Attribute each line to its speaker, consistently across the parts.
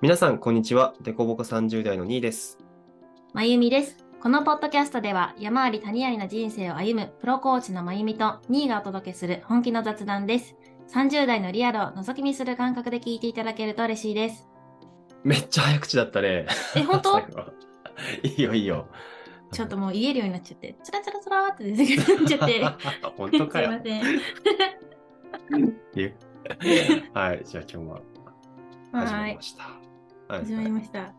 Speaker 1: 皆さん、こんにちは。デコボコ30代の2位です。
Speaker 2: まゆみです。このポッドキャストでは山あり谷ありな人生を歩むプロコーチのまゆみとニーがお届けする本気の雑談です。30代のリアルを覗き見する感覚で聞いていただけると嬉しいです。
Speaker 1: めっちゃ早口だったね。
Speaker 2: え、本当
Speaker 1: 最後いいよ、いいよ。
Speaker 2: ちょっともう言えるようになっちゃって、つらつらつらーって出てくるんちゃ って。
Speaker 1: 本
Speaker 2: すい
Speaker 1: 当
Speaker 2: ま
Speaker 1: か
Speaker 2: せ
Speaker 1: よ。
Speaker 2: ん。
Speaker 1: はい、じゃあ今日は始ま
Speaker 2: は
Speaker 1: り
Speaker 2: い
Speaker 1: ま。した。はい、
Speaker 2: 始まりました。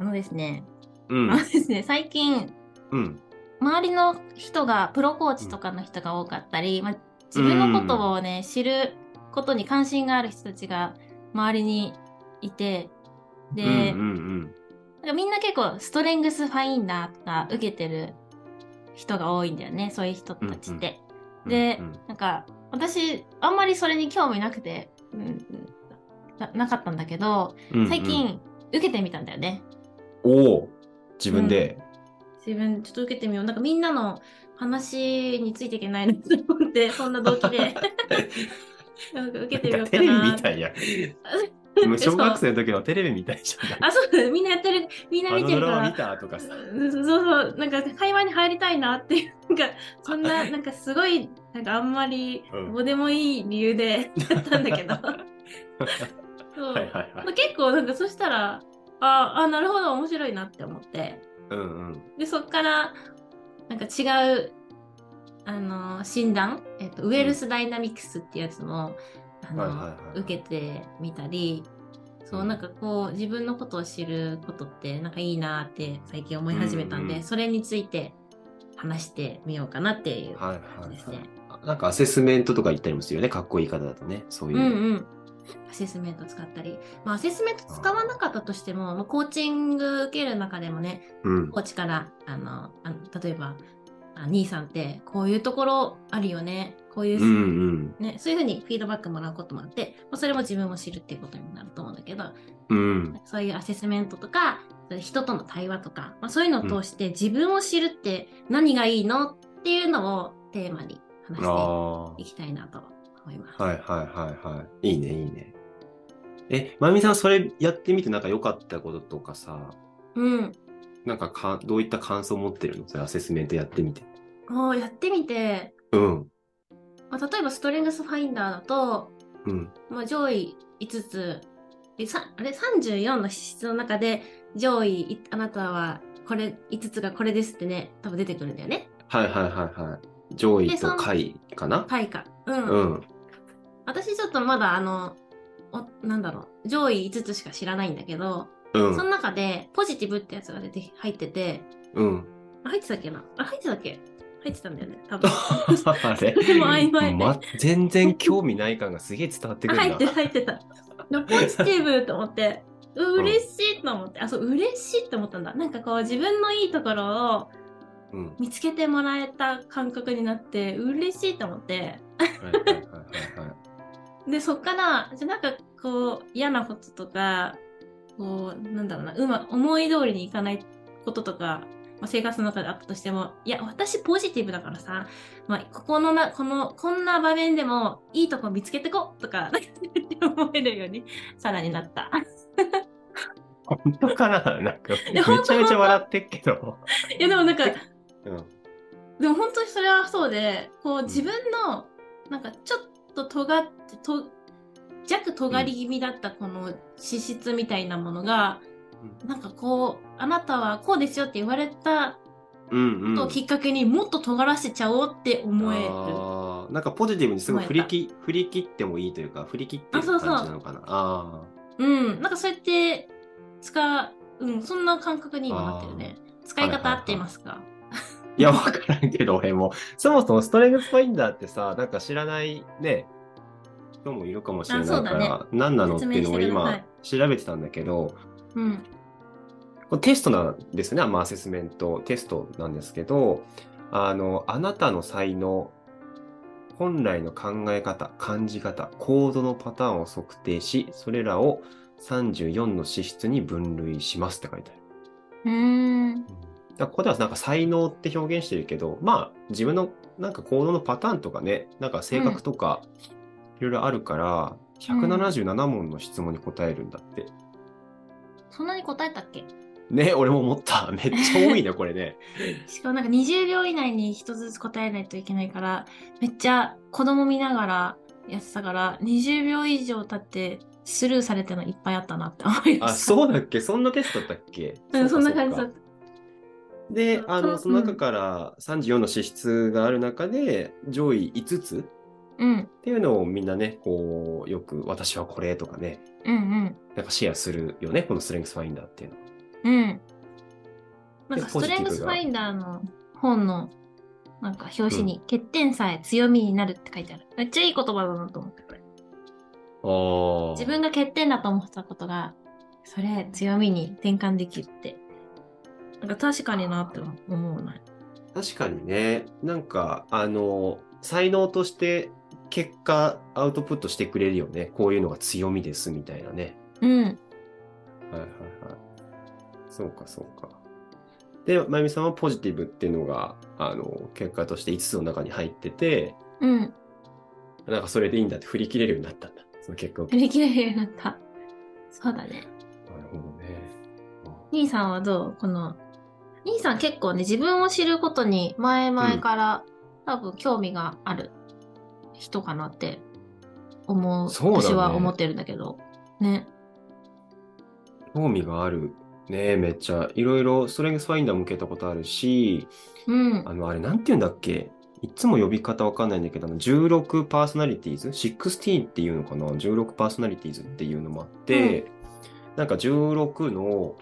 Speaker 2: あのですね、
Speaker 1: う
Speaker 2: あ
Speaker 1: ん
Speaker 2: の、ですね、最近、
Speaker 1: うん、
Speaker 2: 周りの人がプロコーチとかの人が多かったり、まあ、自分のことをね、知ることに関心がある人たちが周りにいてで、
Speaker 1: うん、うん、
Speaker 2: なんかみんな結構ストレングスファインダーとか受けてる人が多いんだよねそういう人たちって。
Speaker 1: うん。
Speaker 2: で
Speaker 1: うん
Speaker 2: なんか私あんまりそれに興味なくて、うん、ななかったんだけど
Speaker 1: うん
Speaker 2: 最近、、受けてみたんだよね。
Speaker 1: うんうんおお、自分で。
Speaker 2: 自分ちょっと受けてみようなんかみんなの話についていけないなと 思ってそんな動機でなんか受けてみ
Speaker 1: な
Speaker 2: よ
Speaker 1: んか
Speaker 2: うか
Speaker 1: テレビ
Speaker 2: な
Speaker 1: みたいや。もう 小学生の時のテレビみたいじゃん。
Speaker 2: あそうだみんなやってるみんな
Speaker 1: あ
Speaker 2: 見
Speaker 1: の
Speaker 2: て
Speaker 1: ド
Speaker 2: るか
Speaker 1: ラマ見
Speaker 2: ら
Speaker 1: たとかさ。
Speaker 2: うんそうそうなんか会話に入りたいなっていうなんかそんななんかすごいなんかあんまり
Speaker 1: うん
Speaker 2: どうでもいい理由で やったん だけどそう、
Speaker 1: はいはいはい。
Speaker 2: 結構なんかそしたらああなるほど面白いなって思って
Speaker 1: うんうん。
Speaker 2: でそっからなんか違うあのー診断、えっと、ウェルスダイナミクスってやつも、あの
Speaker 1: はいはいはいはい
Speaker 2: 受けてみたりそう、
Speaker 1: うん
Speaker 2: なんかこう自分のことを知ることってなんかいいなって最近思い始めたんで、
Speaker 1: うんうん
Speaker 2: それについて話してみようかなっていう
Speaker 1: はい
Speaker 2: 感じです
Speaker 1: はい
Speaker 2: ね。
Speaker 1: はい。なんかアセスメントとか言ったりもするよね。かっこいい言い方だとね。そういう
Speaker 2: う
Speaker 1: の。
Speaker 2: んうんアセスメント使ったり、まあ、アセスメント使わなかったとしても、まあコーチング受ける中でもね
Speaker 1: うん。
Speaker 2: コーチからあのあの例えばあ兄さんってこういうところあるよねこういう、
Speaker 1: うんうん。
Speaker 2: ね、そういうふうにフィードバックもらうこともあって、まあ、それも自分を知るっていうことになると思うんだけど
Speaker 1: うん。
Speaker 2: そういうアセスメントとかそういう人との対話とか、まあ、そういうのを通して自分を知るって何がいいのっていうのをテーマに話
Speaker 1: あ
Speaker 2: し
Speaker 1: あ。は
Speaker 2: て
Speaker 1: い
Speaker 2: いきたいなと思います。
Speaker 1: はいはいはい。いいねいいね。え、まゆみさんそれやってみてなんか良かったこととかさ、
Speaker 2: うん
Speaker 1: なんかかどういった感想を持ってるのそれアセスメントやってみて。
Speaker 2: もうやってみて、
Speaker 1: うん。
Speaker 2: まあ、例えばストレングスファインダーだと、
Speaker 1: うん。
Speaker 2: まあ、上位5つえさあれ34の資質の中で上位いあなたはこれ5つがこれですってね多分出てくるんだよね
Speaker 1: はいはいはいはい。上位
Speaker 2: でそ
Speaker 1: と
Speaker 2: の
Speaker 1: 下位かな
Speaker 2: パイかうん、
Speaker 1: うん。
Speaker 2: 私ちょっとまだあのおなんだろう上位5つしか知らないんだけど、
Speaker 1: う
Speaker 2: その
Speaker 1: ん。
Speaker 2: 中でポジティブってやつが出て入ってて
Speaker 1: うん。
Speaker 2: あ入ってたっけなあ入ってたっけ入ってたんだよね 多分
Speaker 1: あれ
Speaker 2: それも曖昧
Speaker 1: ま、全然興味ない感がすげえ伝わってく
Speaker 2: あ
Speaker 1: るな。
Speaker 2: 入ってた入ってた。でもポジティブと思って、う嬉しいと思って、あ、そう、嬉しいと思ったんだ。なんかこう、自分のいいところ
Speaker 1: う
Speaker 2: を
Speaker 1: ん。はい
Speaker 2: 見つけてもらえた感覚になって、嬉しいと思って、
Speaker 1: はいはいはいはい。
Speaker 2: で、そっから、じゃあなんかこう、嫌なこととか、こう、なんだろうな、うま、思い通りにいかないこととか、まあ、生活の中であったとしても、いや、私ポジティブだからさ、まあ、ここのな、この、こんな場面でも、いいとこ見つけてこうとか、なんかって思えるように、さらになった。
Speaker 1: 本当かななんか、め
Speaker 2: や
Speaker 1: ちゃ
Speaker 2: 本当
Speaker 1: めちゃ笑ってっけど。
Speaker 2: いやでもなんか
Speaker 1: えうん。
Speaker 2: でも本当にそれはそうでこうん自分のなんかちょっと尖ってと弱尖り気味だったこの資質みたいなものが、
Speaker 1: う
Speaker 2: なんかこうあなたはこうですよって言われた
Speaker 1: うんうん。
Speaker 2: とをきっかけにもっと尖らせちゃおうって思える、
Speaker 1: あーなんかポジティブにすごい振りき振り切ってもいいというか、振り切ってる
Speaker 2: あ
Speaker 1: 感
Speaker 2: そう
Speaker 1: じ
Speaker 2: そう
Speaker 1: なのかな。あ
Speaker 2: うんなんかそうやって使う、うん、そんな感覚に今なってるね使い方合っていますか、
Speaker 1: あいや、わからんけど、俺も。そもそもストレングスファインダーってさ、なんか知らないね、人もいるかもしれないか
Speaker 2: あそうだ
Speaker 1: ら、何なのって
Speaker 2: 説
Speaker 1: いう
Speaker 2: 明
Speaker 1: のを
Speaker 2: してください
Speaker 1: 今調べてたんだけど、
Speaker 2: うん
Speaker 1: これテストなんですね、まあ、アセスメント、テストなんですけど、あの、あなたの才能、本来の考え方、感じ方、行動のパターンを測定し、それらを34の資質に分類しますって書いてある。
Speaker 2: うーん
Speaker 1: だからここではなんか才能って表現してるけど、まあ自分のなんか行動のパターンとかね、なんか性格とかいろいろあるから、
Speaker 2: うん
Speaker 1: 177問の質問に答えるんだって。
Speaker 2: そんなに答えたっけ
Speaker 1: ね、俺も思った。めっちゃ多いね、これね。
Speaker 2: しかもなんか20秒以内に1つずつ答えないといけないから、めっちゃ子供見ながらやってたから、20秒以上経ってスルーされてるのいっぱいあったなって思いま
Speaker 1: あ、
Speaker 2: した。う
Speaker 1: そうだっけそんなテストだったっけ
Speaker 2: ん、そんな
Speaker 1: うかう
Speaker 2: 感
Speaker 1: か
Speaker 2: じだった。
Speaker 1: で、あの、
Speaker 2: そ
Speaker 1: そ
Speaker 2: の
Speaker 1: の中から34の資質がある中で、上位5つ
Speaker 2: うん、
Speaker 1: っていうのをみんなね、こう、よく私はこれとかね、
Speaker 2: うん、
Speaker 1: なんかシェアするよね、このストレングスファインダーっていうの。
Speaker 2: うん、うん。なんか
Speaker 1: で
Speaker 2: ス
Speaker 1: ポ
Speaker 2: ト
Speaker 1: ジテ
Speaker 2: レ
Speaker 1: ィ
Speaker 2: ン
Speaker 1: ブが
Speaker 2: グスファインダーの本のなんか表紙に欠点さえ強みになるって書いてある。めっちゃいい言葉だなと思って。
Speaker 1: ああ。
Speaker 2: 自分が欠点だと思ってたことが、それ強みに転換できるって。なんか確かになって思うな。
Speaker 1: 確かにね、なんか、あの、才能として結果アウトプットしてくれるよね。こういうのが強みですみたいなね。
Speaker 2: うん。
Speaker 1: はいはいはい。そうかそうか。で、まゆみさんはポジティブっていうのが、あの、結果として5つの中に入ってて、
Speaker 2: うん。
Speaker 1: なんかそれでいいんだって振り切れるようになったんだ。その結果を。
Speaker 2: 振り切れるようになった。そうだね。
Speaker 1: なるほどね。
Speaker 2: 兄さんはどうこの、兄さん結構ね、自分を知ることに前々から、多分興味がある人かなって思う。
Speaker 1: そうだね
Speaker 2: 私は思ってるんだけど。ね。
Speaker 1: 興味がある。ねめっちゃ。いろいろストレングスファインダーも受けたことあるし、
Speaker 2: うん。
Speaker 1: あの、あれ、なんて言うんだっけいつも呼び方わかんないんだけど、あの、16パーソナリティーズ ?16 っていうのかな ?16 パーソナリティーズっていうのもあって、なんか16の、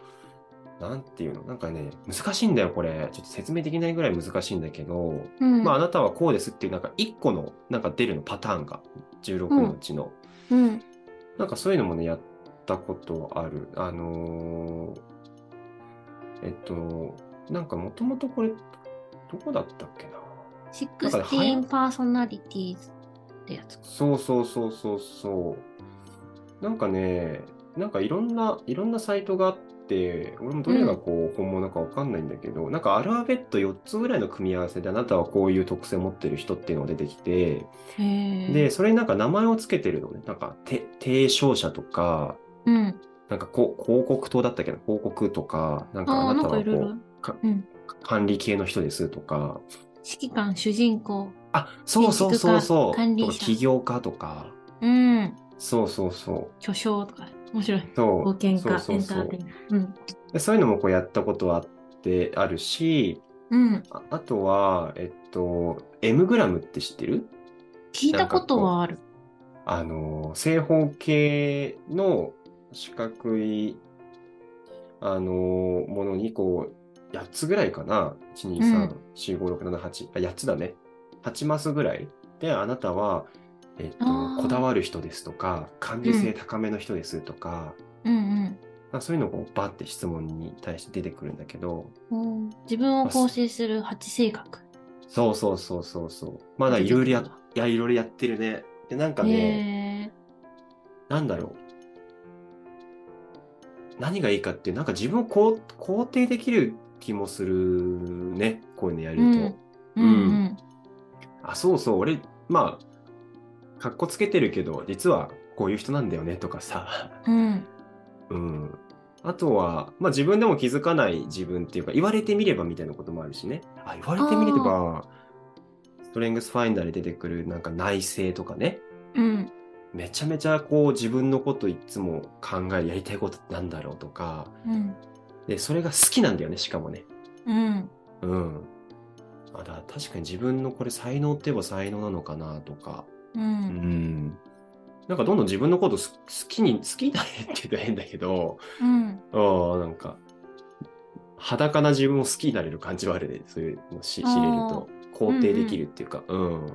Speaker 1: なんていうのなんかね、難しいんだよ、これ。ちょっと説明できないぐらい難しいんだけど、
Speaker 2: うん。
Speaker 1: まあ、あなたはこうですっていう、なんか1個の、なんか出るのパターンが、16のうちの。
Speaker 2: うん。
Speaker 1: なんかそういうのもね、やったことある。あのーえっと、なんかもともとこれ、どこだったっけな。
Speaker 2: 16パーソナリティーズってやつ。
Speaker 1: そうそうそうそうそう。なんかね、なんかいろんな、いろんなサイトがあって、俺もどれがこう本物かわかんないんだけど、なんかアルファベット4つぐらいの組み合わせであなたはこういう特性を持ってる人っていうのが出てきて、
Speaker 2: へー
Speaker 1: で、、それになんか名前をつけてるのね。なんか、て提唱者とか、
Speaker 2: うん。
Speaker 1: なんかこう広告塔だったっけど、広告とか、なんか
Speaker 2: あ
Speaker 1: あ
Speaker 2: あー、
Speaker 1: な
Speaker 2: な
Speaker 1: た
Speaker 2: んか
Speaker 1: はい
Speaker 2: ろいろ
Speaker 1: こ。か
Speaker 2: うん。
Speaker 1: う管理系の人ですとか、
Speaker 2: 指揮官、主人公。
Speaker 1: あ、そうそうそうそう、
Speaker 2: 建築家管理者
Speaker 1: とか起業家とか、
Speaker 2: うん。
Speaker 1: そうそうそう。
Speaker 2: 巨匠とか。面白い。
Speaker 1: そう
Speaker 2: 冒険家、
Speaker 1: そうそうそう
Speaker 2: エンターテイナー。
Speaker 1: でそういうのもこうやったことはあってあるし
Speaker 2: うん。うん。
Speaker 1: ああとはえっと M グラムって知ってる
Speaker 2: 聞いたことはある。
Speaker 1: あの正方形の四角いあのものにこう8つぐらいかな
Speaker 2: う
Speaker 1: 123456788、あ8つだね8マスぐらいであなたは、えっと
Speaker 2: あ、ー
Speaker 1: こだわる人ですとか管理性高めの人ですとか,、
Speaker 2: うん
Speaker 1: そういうのがこうバッて質問に対して出てくるんだけど
Speaker 2: うん。自分を構成する八性格。
Speaker 1: そうそうそうそうそう。まだいろいろや、いや、いろいろやってるね。で、なんかね、
Speaker 2: へえ。
Speaker 1: なんだろう。何がいいかって、なんか自分をこう肯定できる気もするね。こういうのやると。
Speaker 2: うんうん。
Speaker 1: あ、そうそう、俺、まあ、かっこつけてるけど、実はこういう人なんだよねとかさ。
Speaker 2: うん。
Speaker 1: うん。あとは、まあ自分でも気づかない自分っていうか、言われてみればみたいなこともあるしね。あ、言われてみれば、ストレングスファインダーで出てくるなんか内省とかね。
Speaker 2: うん。
Speaker 1: めちゃめちゃこう自分のこといつも考えやりたいことってなんだろうとか
Speaker 2: うん。
Speaker 1: でそれが好きなんだよねしかもね
Speaker 2: うん。
Speaker 1: うんあだから確かに自分のこれ才能って言えば才能なのかなとか
Speaker 2: う。
Speaker 1: うんんなんかどんどん自分のことす好きに好きだねって言ったら変だけど
Speaker 2: うん。
Speaker 1: うんなんか裸な自分を好きになれる感じはあるねそういうのし知れると肯定できるっていうかうん、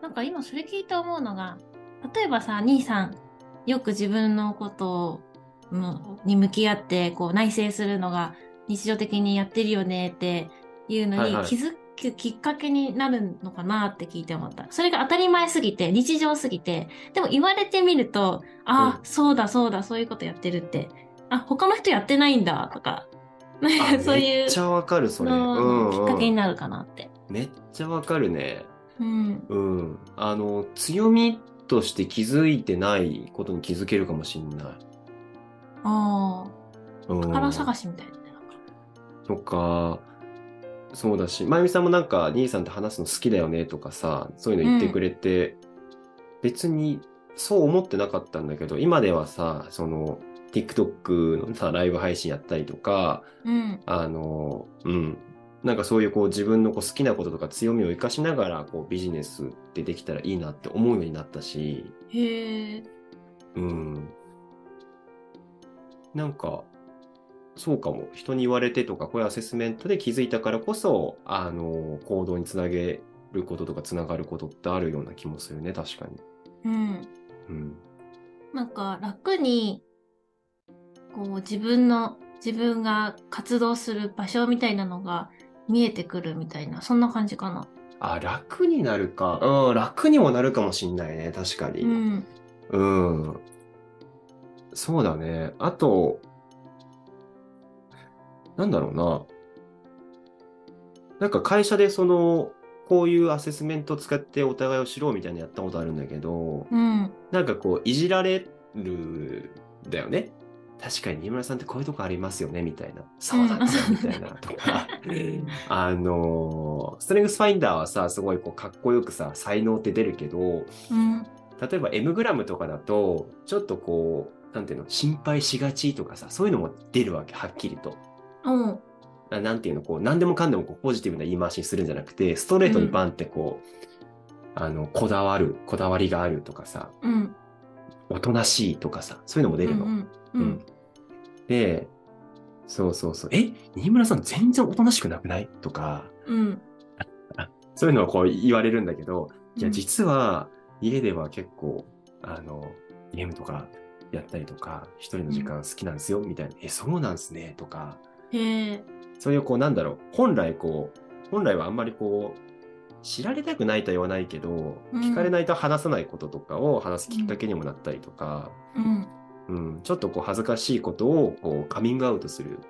Speaker 2: なんか今それ聞いて思うのが、例えばさ、兄さん、よく自分のことをうんに向き合って、こう、内省するのが日常的にやってるよねっていうの
Speaker 1: はい
Speaker 2: に
Speaker 1: はい
Speaker 2: 気づくきっかけになるのかなって聞いて思った。それが当たり前すぎて、日常すぎて、でも言われてみると、ああ、
Speaker 1: う
Speaker 2: そうだそうだ、そういうことやってるって。あ、他の人やってないんだ、とか。 なん
Speaker 1: あ
Speaker 2: かそうい
Speaker 1: め
Speaker 2: う
Speaker 1: っちゃわかるそれ、
Speaker 2: のきっかけに
Speaker 1: うん
Speaker 2: なるかなって。
Speaker 1: うん、めっちゃわかるね
Speaker 2: うん。
Speaker 1: うん。あの、強みとして気づいてないことに気づけるかもしんない。
Speaker 2: あ
Speaker 1: う
Speaker 2: あ、
Speaker 1: ん
Speaker 2: 宝探しみたいなね。な
Speaker 1: と
Speaker 2: んか
Speaker 1: か、そうだし、まゆみさんもなんか、兄さんと話すの好きだよねとかさ、そういうの言ってくれて、別にそう思ってなかったんだけど、今ではさ、その、TikTok のさ、ライブ配信やったりとか、
Speaker 2: うん。
Speaker 1: あの、うん。なんかそういうこう自分のこう好きなこととか強みを生かしながらこうビジネスってできたらいいなって思うようになったし、
Speaker 2: へえ。
Speaker 1: うん。なんか、そうかも。人に言われてとか、こういうアセスメントで気づいたからこそ、あの、行動につなげることとか、つながることってあるような気もするね、確かに。
Speaker 2: うん。
Speaker 1: うん。
Speaker 2: なんか楽に、こう自分の、自分が活動する場所みたいなのが見えてくるみたいな、そんな感じかな。
Speaker 1: あ、楽になるか。うん、楽にもなるかもしんないね、確かに。
Speaker 2: うん。
Speaker 1: うん。そうだね。あと、なんだろうな。なんか会社でその、こういうアセスメントを使ってお互いを知ろうみたいなのやったことあるんだけど、
Speaker 2: うん。
Speaker 1: なんかこう、いじられるんだよね。確かに、新村さんってこういうとこありますよね、みたいな。そうだったよみたいな、とか。あのーストレングスファインダーはさ、すごいこう、かっこよくさ、才能って出るけど、
Speaker 2: うん。
Speaker 1: 例えば M グラムとかだと、ちょっとこう、なんていうの、心配しがちとかさ、そういうのも出るわけ、はっきりと。
Speaker 2: うん。
Speaker 1: ななんていうの、こう、何でもかんでもこうポジティブな言い回しにするんじゃなくて、ストレートにバンってこう、あの、こだわる、こだわりがあるとかさ、
Speaker 2: うん。
Speaker 1: おとなしいとかさ、そういうのも出るの。
Speaker 2: うん。う
Speaker 1: うんん。で、そうそうそう、え、新村さん全然おとなしくなくないとか、
Speaker 2: うん。
Speaker 1: そういうのをこう言われるんだけど、いや、
Speaker 2: うん
Speaker 1: 実は家では結構、あの、ゲームとかやったりとか、一人の時間好きなんですよ、みたいな、え、そうなんですね、とか、
Speaker 2: へえ。
Speaker 1: そういうこう、なんだろう、本来こう、本来はあんまりこう、知られたくないとは言わないけど、
Speaker 2: うん
Speaker 1: 聞かれないと話さないこととかを話すきっかけにもなったりとか、
Speaker 2: うん。
Speaker 1: うん、ちょっとこう恥ずかしいことをこうカミングアウトする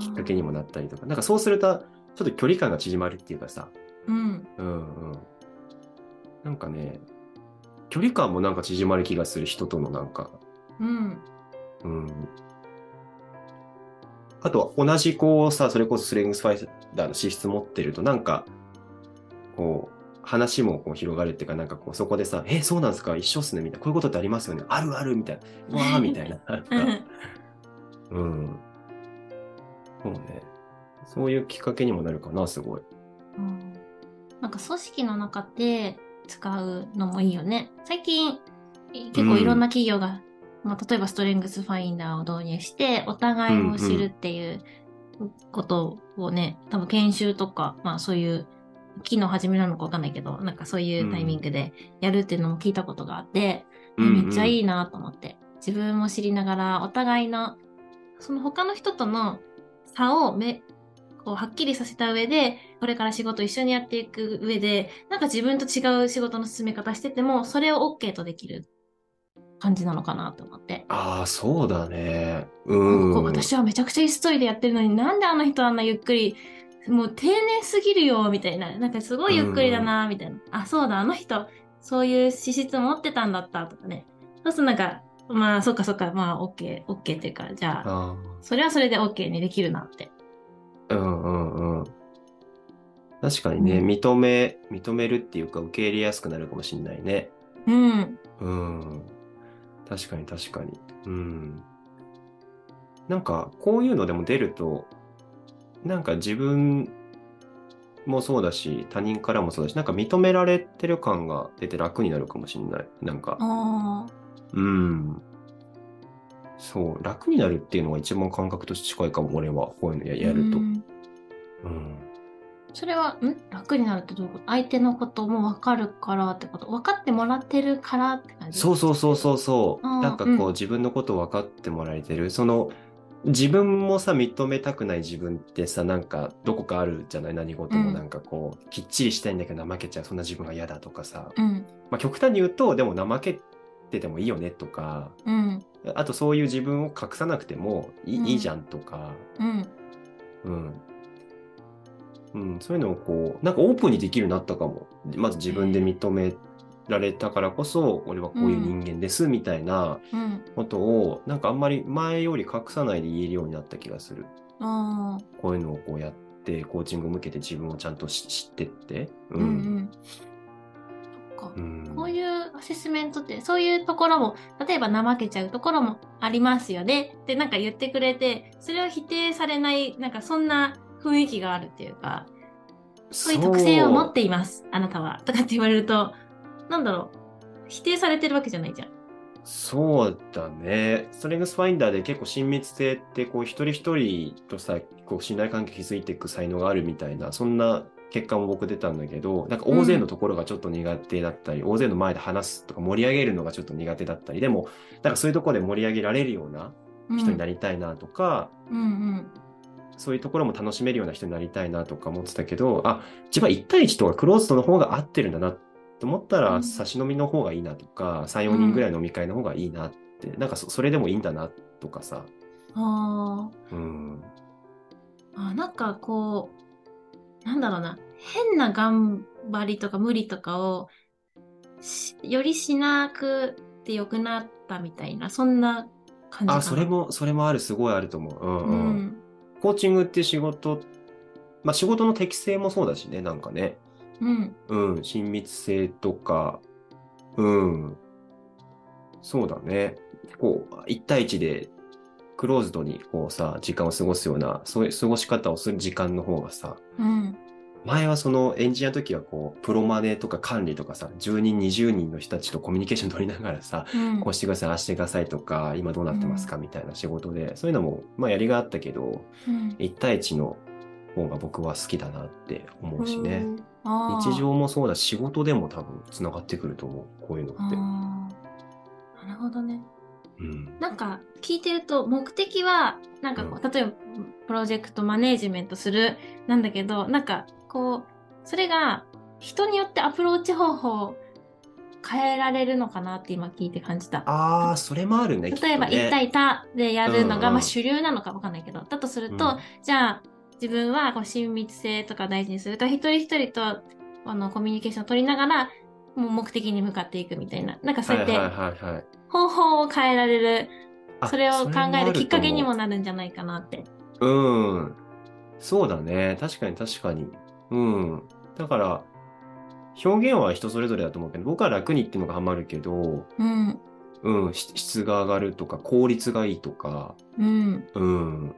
Speaker 1: きっかけにもなったりとか、なんかそうすると、ちょっと距離感が縮まるっていうかさ、
Speaker 2: うん。
Speaker 1: うんうん。なんかね、距離感もなんか縮まる気がする人とのなんか、
Speaker 2: うん。
Speaker 1: うん。あとは同じこうさ、それこそストレングスファイダーの資質持ってるとなんか、こう、話もこう広がるっていうか、なんかこうそこでさ、え、そうなんですか一緒っすねみたいな、こういうことってありますよねあるあるみたいな、わーみ たいな。なん
Speaker 2: う
Speaker 1: か
Speaker 2: ん。
Speaker 1: うん。そうね。そういうきっかけにもなるかな、すごい。
Speaker 2: うんなんか組織の中で使うのもいいよね。最近結構いろんな企業が、まあ、例えばストレングスファインダーを導入してお互いを知るっていうことをね、多分研修とか、まあそういう機能始めなのかわかんないけど、なんかそういうタイミングでやるっていうのも聞いたことがあって、めっちゃい
Speaker 1: い。
Speaker 2: いなと思って。自分も知りながら、お互いの、その他の人との差をめこうはっきりさせた上で、これから仕事一緒にやっていく上で、なんか自分と違う仕事の進め方してても、それを OK とできる感じなのかなと思って。
Speaker 1: ああ、そうだね。
Speaker 2: なん
Speaker 1: う。
Speaker 2: かこうん私はめちゃくちゃ急いでやってるのに、なんであの人あんなゆっくり、もう丁寧すぎるよ、みたいな。なんかすごいゆっくりだな、みたいな。あ、そうだ、あの人、そういう資質持ってたんだった、とかね。そうするとなんか、まあ、そっかそっか、まあ、OK、OK っていうか、じゃあ、
Speaker 1: あ
Speaker 2: それはそれで OK にできるなって。
Speaker 1: あ、うんうんうん。確かにね、
Speaker 2: うん
Speaker 1: 認め、認めるっていうか、受け入れやすくなるかもしれないね。
Speaker 2: うん。
Speaker 1: うん。確かに確かに。うん。なんか、こういうのでも出ると、なんか自分もそうだし、他人からもそうだし、なんか認められてる感が出て楽になるかもしれない。なんか、
Speaker 2: ああ。
Speaker 1: うん。そう、楽になるっていうのが一番感覚として近いかも、俺は。こういうのややると。
Speaker 2: うん
Speaker 1: うん
Speaker 2: それは、ん楽になるってどういうこと相手のことも分かるからってこと分かってもらってるからって感じ
Speaker 1: そうそうそうそうそう。
Speaker 2: あー
Speaker 1: なんかこう、
Speaker 2: うん
Speaker 1: 自分のこと分かってもらえてる。その自分もさ認めたくない自分ってさなんかどこかあるじゃない何事
Speaker 2: う
Speaker 1: も
Speaker 2: ん
Speaker 1: なんかこう、きっちりしたいんだけど怠けちゃうそんな自分が嫌だとかさ、
Speaker 2: うん。
Speaker 1: まあ、極端に言うとでも怠けててもいいよねとか
Speaker 2: うん。
Speaker 1: あとそういう自分を隠さなくてもいい,、
Speaker 2: うん
Speaker 1: いいじゃんとか、
Speaker 2: うん。
Speaker 1: うんうん、そういうのをこうなんかオープンにできるようになったかもまず自分で認められたからこそ、俺はこういう人間です、みたいな
Speaker 2: うん。
Speaker 1: ことを、なんかあんまり前より隠さないで言えるようになった気がする。
Speaker 2: ああ。
Speaker 1: こういうのをこうやって、コーチングを向けて自分をちゃんとし知ってって。
Speaker 2: うんうん。そっか。
Speaker 1: うん
Speaker 2: こういうアセスメントって、そういうところも、例えば怠けちゃうところもありますよねってなんか言ってくれて、それを否定されない、なんかそんな雰囲気があるっていうか、そういう特性を持っています、あなたは。とかって言われると、なんだろう、否定されてるわけじゃないじゃん。
Speaker 1: そうだね。ストレングスファインダーで結構親密性ってこう一人一人とさ、こう信頼関係築いていく才能があるみたいな、そんな結果も僕出たんだけど、なんか大勢のところがちょっと苦手だったり、大勢の前で話すとか盛り上げるのがちょっと苦手だったり、でも、なんかそういうところで盛り上げられるような
Speaker 2: うん、
Speaker 1: 人になりたいなとか、
Speaker 2: うんうん。
Speaker 1: そういうところも楽しめるような人になりたいなとか思ってたけど、あ、自分は1対1とかクローズドの方が合ってるんだなと思った
Speaker 2: う
Speaker 1: ら、
Speaker 2: ん
Speaker 1: 差し飲みの方がいいなとか、3、4人ぐらいの飲み会の方がいいなって、なんかそそれでもいいんだなとかさ、
Speaker 2: あー
Speaker 1: うん、
Speaker 2: あ、なんかこう、なんだろうな、変な頑張りとか無理とかをしよりしなくてよくなったみたいな、そんな感じかな。
Speaker 1: あ、それも、それもある、すごいあると思う。うん
Speaker 2: う
Speaker 1: うん。
Speaker 2: ん、
Speaker 1: コーチングって仕事、まあ仕事の適性もそうだしね、なんかね、
Speaker 2: うん、
Speaker 1: うん、親密性とか、うん、そうだね。結構、1対1で、クローズドに、こうさ、時間を過ごすような、そういう過ごし方をする時間の方がさ、
Speaker 2: うん、
Speaker 1: 前はそのエンジニアの時はこう、プロマネとか管理とかさ、10人、20人の人たちとコミュニケーション取りながらさ、
Speaker 2: うん
Speaker 1: こうしてください、ああしてくださいとか、今どうなってますかみたいな仕事で、そういうのも、まあやりがあったけど、
Speaker 2: うん
Speaker 1: 1対1の方が僕は好きだなって思うしね。
Speaker 2: うんあー
Speaker 1: 日常もそうだし仕事でも多分つながってくると思うこういうのって。
Speaker 2: あーなるほどね。
Speaker 1: うん
Speaker 2: なんか聞いてると目的はなんかこう、例えばプロジェクトマネージメントするなんだけどなんかこうそれが人によってアプローチ方法を変えられるのかなって今聞いて感じた。
Speaker 1: ああそれもあるね
Speaker 2: 例えば1対1でやる
Speaker 1: うん
Speaker 2: の
Speaker 1: う
Speaker 2: が
Speaker 1: ん
Speaker 2: まあ主流なのかわかんないけどだとすると、じゃあ自分はこう親密性とか大事にするから一人一人とあのコミュニケーションを取りながらもう目的に向かっていくみたいななんかそうやって
Speaker 1: はいはいはいはい
Speaker 2: 方法を変えられる、
Speaker 1: あ
Speaker 2: それを考えるきっかけに
Speaker 1: そ
Speaker 2: も
Speaker 1: れ
Speaker 2: なるんじゃないかなって。
Speaker 1: あると思ううんそうだね確かに確かにうんだから表現は人それぞれだと思うけど僕は楽にっていうのがハマるけど、
Speaker 2: うん
Speaker 1: うん、し質が上がるとか効率がいいとか
Speaker 2: うん
Speaker 1: うん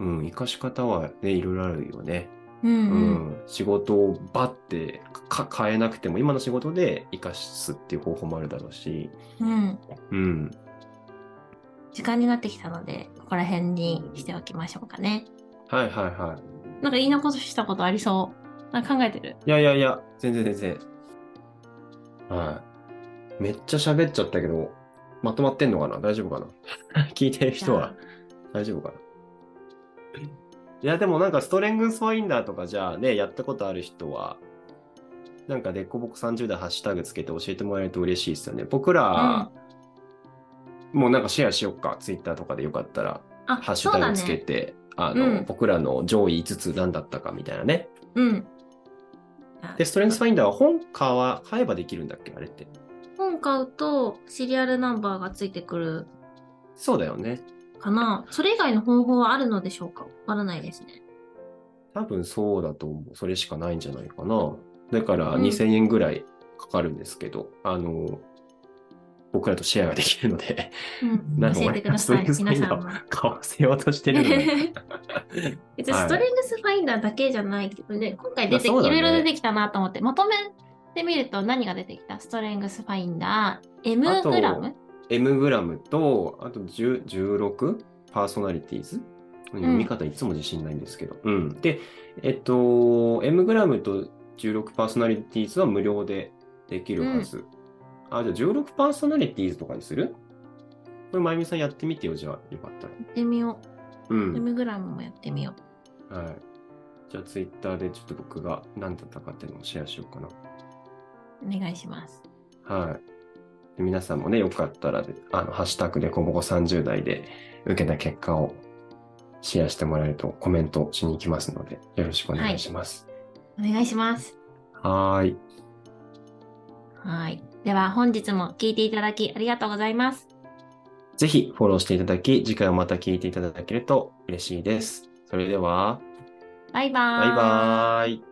Speaker 1: うん、生かし方はね、いろいろあるよね。
Speaker 2: うんうん
Speaker 1: うん、仕事をバッてかか変えなくても今の仕事で生かすっていう方法もあるだろうし、
Speaker 2: うん
Speaker 1: うん、
Speaker 2: 時間になってきたのでここら辺にしておきましょうかね。
Speaker 1: はいはいはい
Speaker 2: なんか言い残したことありそう。なんか考えてる。
Speaker 1: いやいやいや全然全然はいめっちゃ喋っちゃったけどまとまってんのかな大丈夫かな 聞いてる人は大丈夫かないやでもなんかストレングスファインダーとかじゃあねやったことある人はなんかでこぼこ30代ハッシュタグつけて教えてもらえると嬉しいですよね僕ら、もうなんかシェアしよっか、ツイッターとかでよかったら、
Speaker 2: あ
Speaker 1: ハッシ
Speaker 2: そ
Speaker 1: ュ
Speaker 2: うだ
Speaker 1: タ
Speaker 2: ね
Speaker 1: グつけて、あの、
Speaker 2: うん
Speaker 1: 僕らの上位5つ何だったかみたいなね。
Speaker 2: うん。
Speaker 1: で、ストレングスファインダーは本買は買えばできるんだっけあれって。
Speaker 2: 本買うとシリアルナンバーがついてくる
Speaker 1: そうだよね。
Speaker 2: かな。それ以外の方法はあるのでしょうかわからないですね。
Speaker 1: 多分そうだと思う。それしかないんじゃないかな。だから
Speaker 2: うん
Speaker 1: 2000円ぐらいかかるんですけど、あの、僕らとシェアができるので、
Speaker 2: うん、
Speaker 1: なんか
Speaker 2: 教えてください。
Speaker 1: 俺ストレ
Speaker 2: 皆
Speaker 1: ングスファインダ
Speaker 2: さ
Speaker 1: ー
Speaker 2: んも。
Speaker 1: 買わせようとしてるの で。
Speaker 2: 別に
Speaker 1: はい
Speaker 2: ストレングスファインダーだけじゃないけどね、今回出て、い
Speaker 1: まあそう
Speaker 2: ろ
Speaker 1: だね
Speaker 2: いろ出てきたなと思って、まとめてみると何が出てきたストレングスファインダー、M
Speaker 1: あと
Speaker 2: グラム
Speaker 1: M グラムと、あと10 16パーソナリティーズ読み方いつも自信ないんですけど。うん。で、えっと、M グラムと16パーソナリティーズは無料でできるはず。あ、じゃあ16パーソナリティーズとかにするこれ、まゆみさんやってみてよ、じゃあ、よかったら。
Speaker 2: やってみよ
Speaker 1: う
Speaker 2: う。
Speaker 1: ん。
Speaker 2: M グラムもやってみよう。
Speaker 1: はい。じゃあ、ツイッターでちょっと僕が何だったかっていうのをシェアしようかな。
Speaker 2: お願いします。
Speaker 1: はい。で皆さんもね、よかったらで、あの、ハッシュタグでこぼこ30代で受けた結果をシェアしてもらえるとコメントしに行きますので、よろしくお願いします。
Speaker 2: お願いします。
Speaker 1: はーい。
Speaker 2: はい。では本日も聞いていただきありがとうございます。
Speaker 1: ぜひフォローしていただき、次回もまた聞いていただけると嬉しいです。それでは、
Speaker 2: バイバー
Speaker 1: バイバーイ。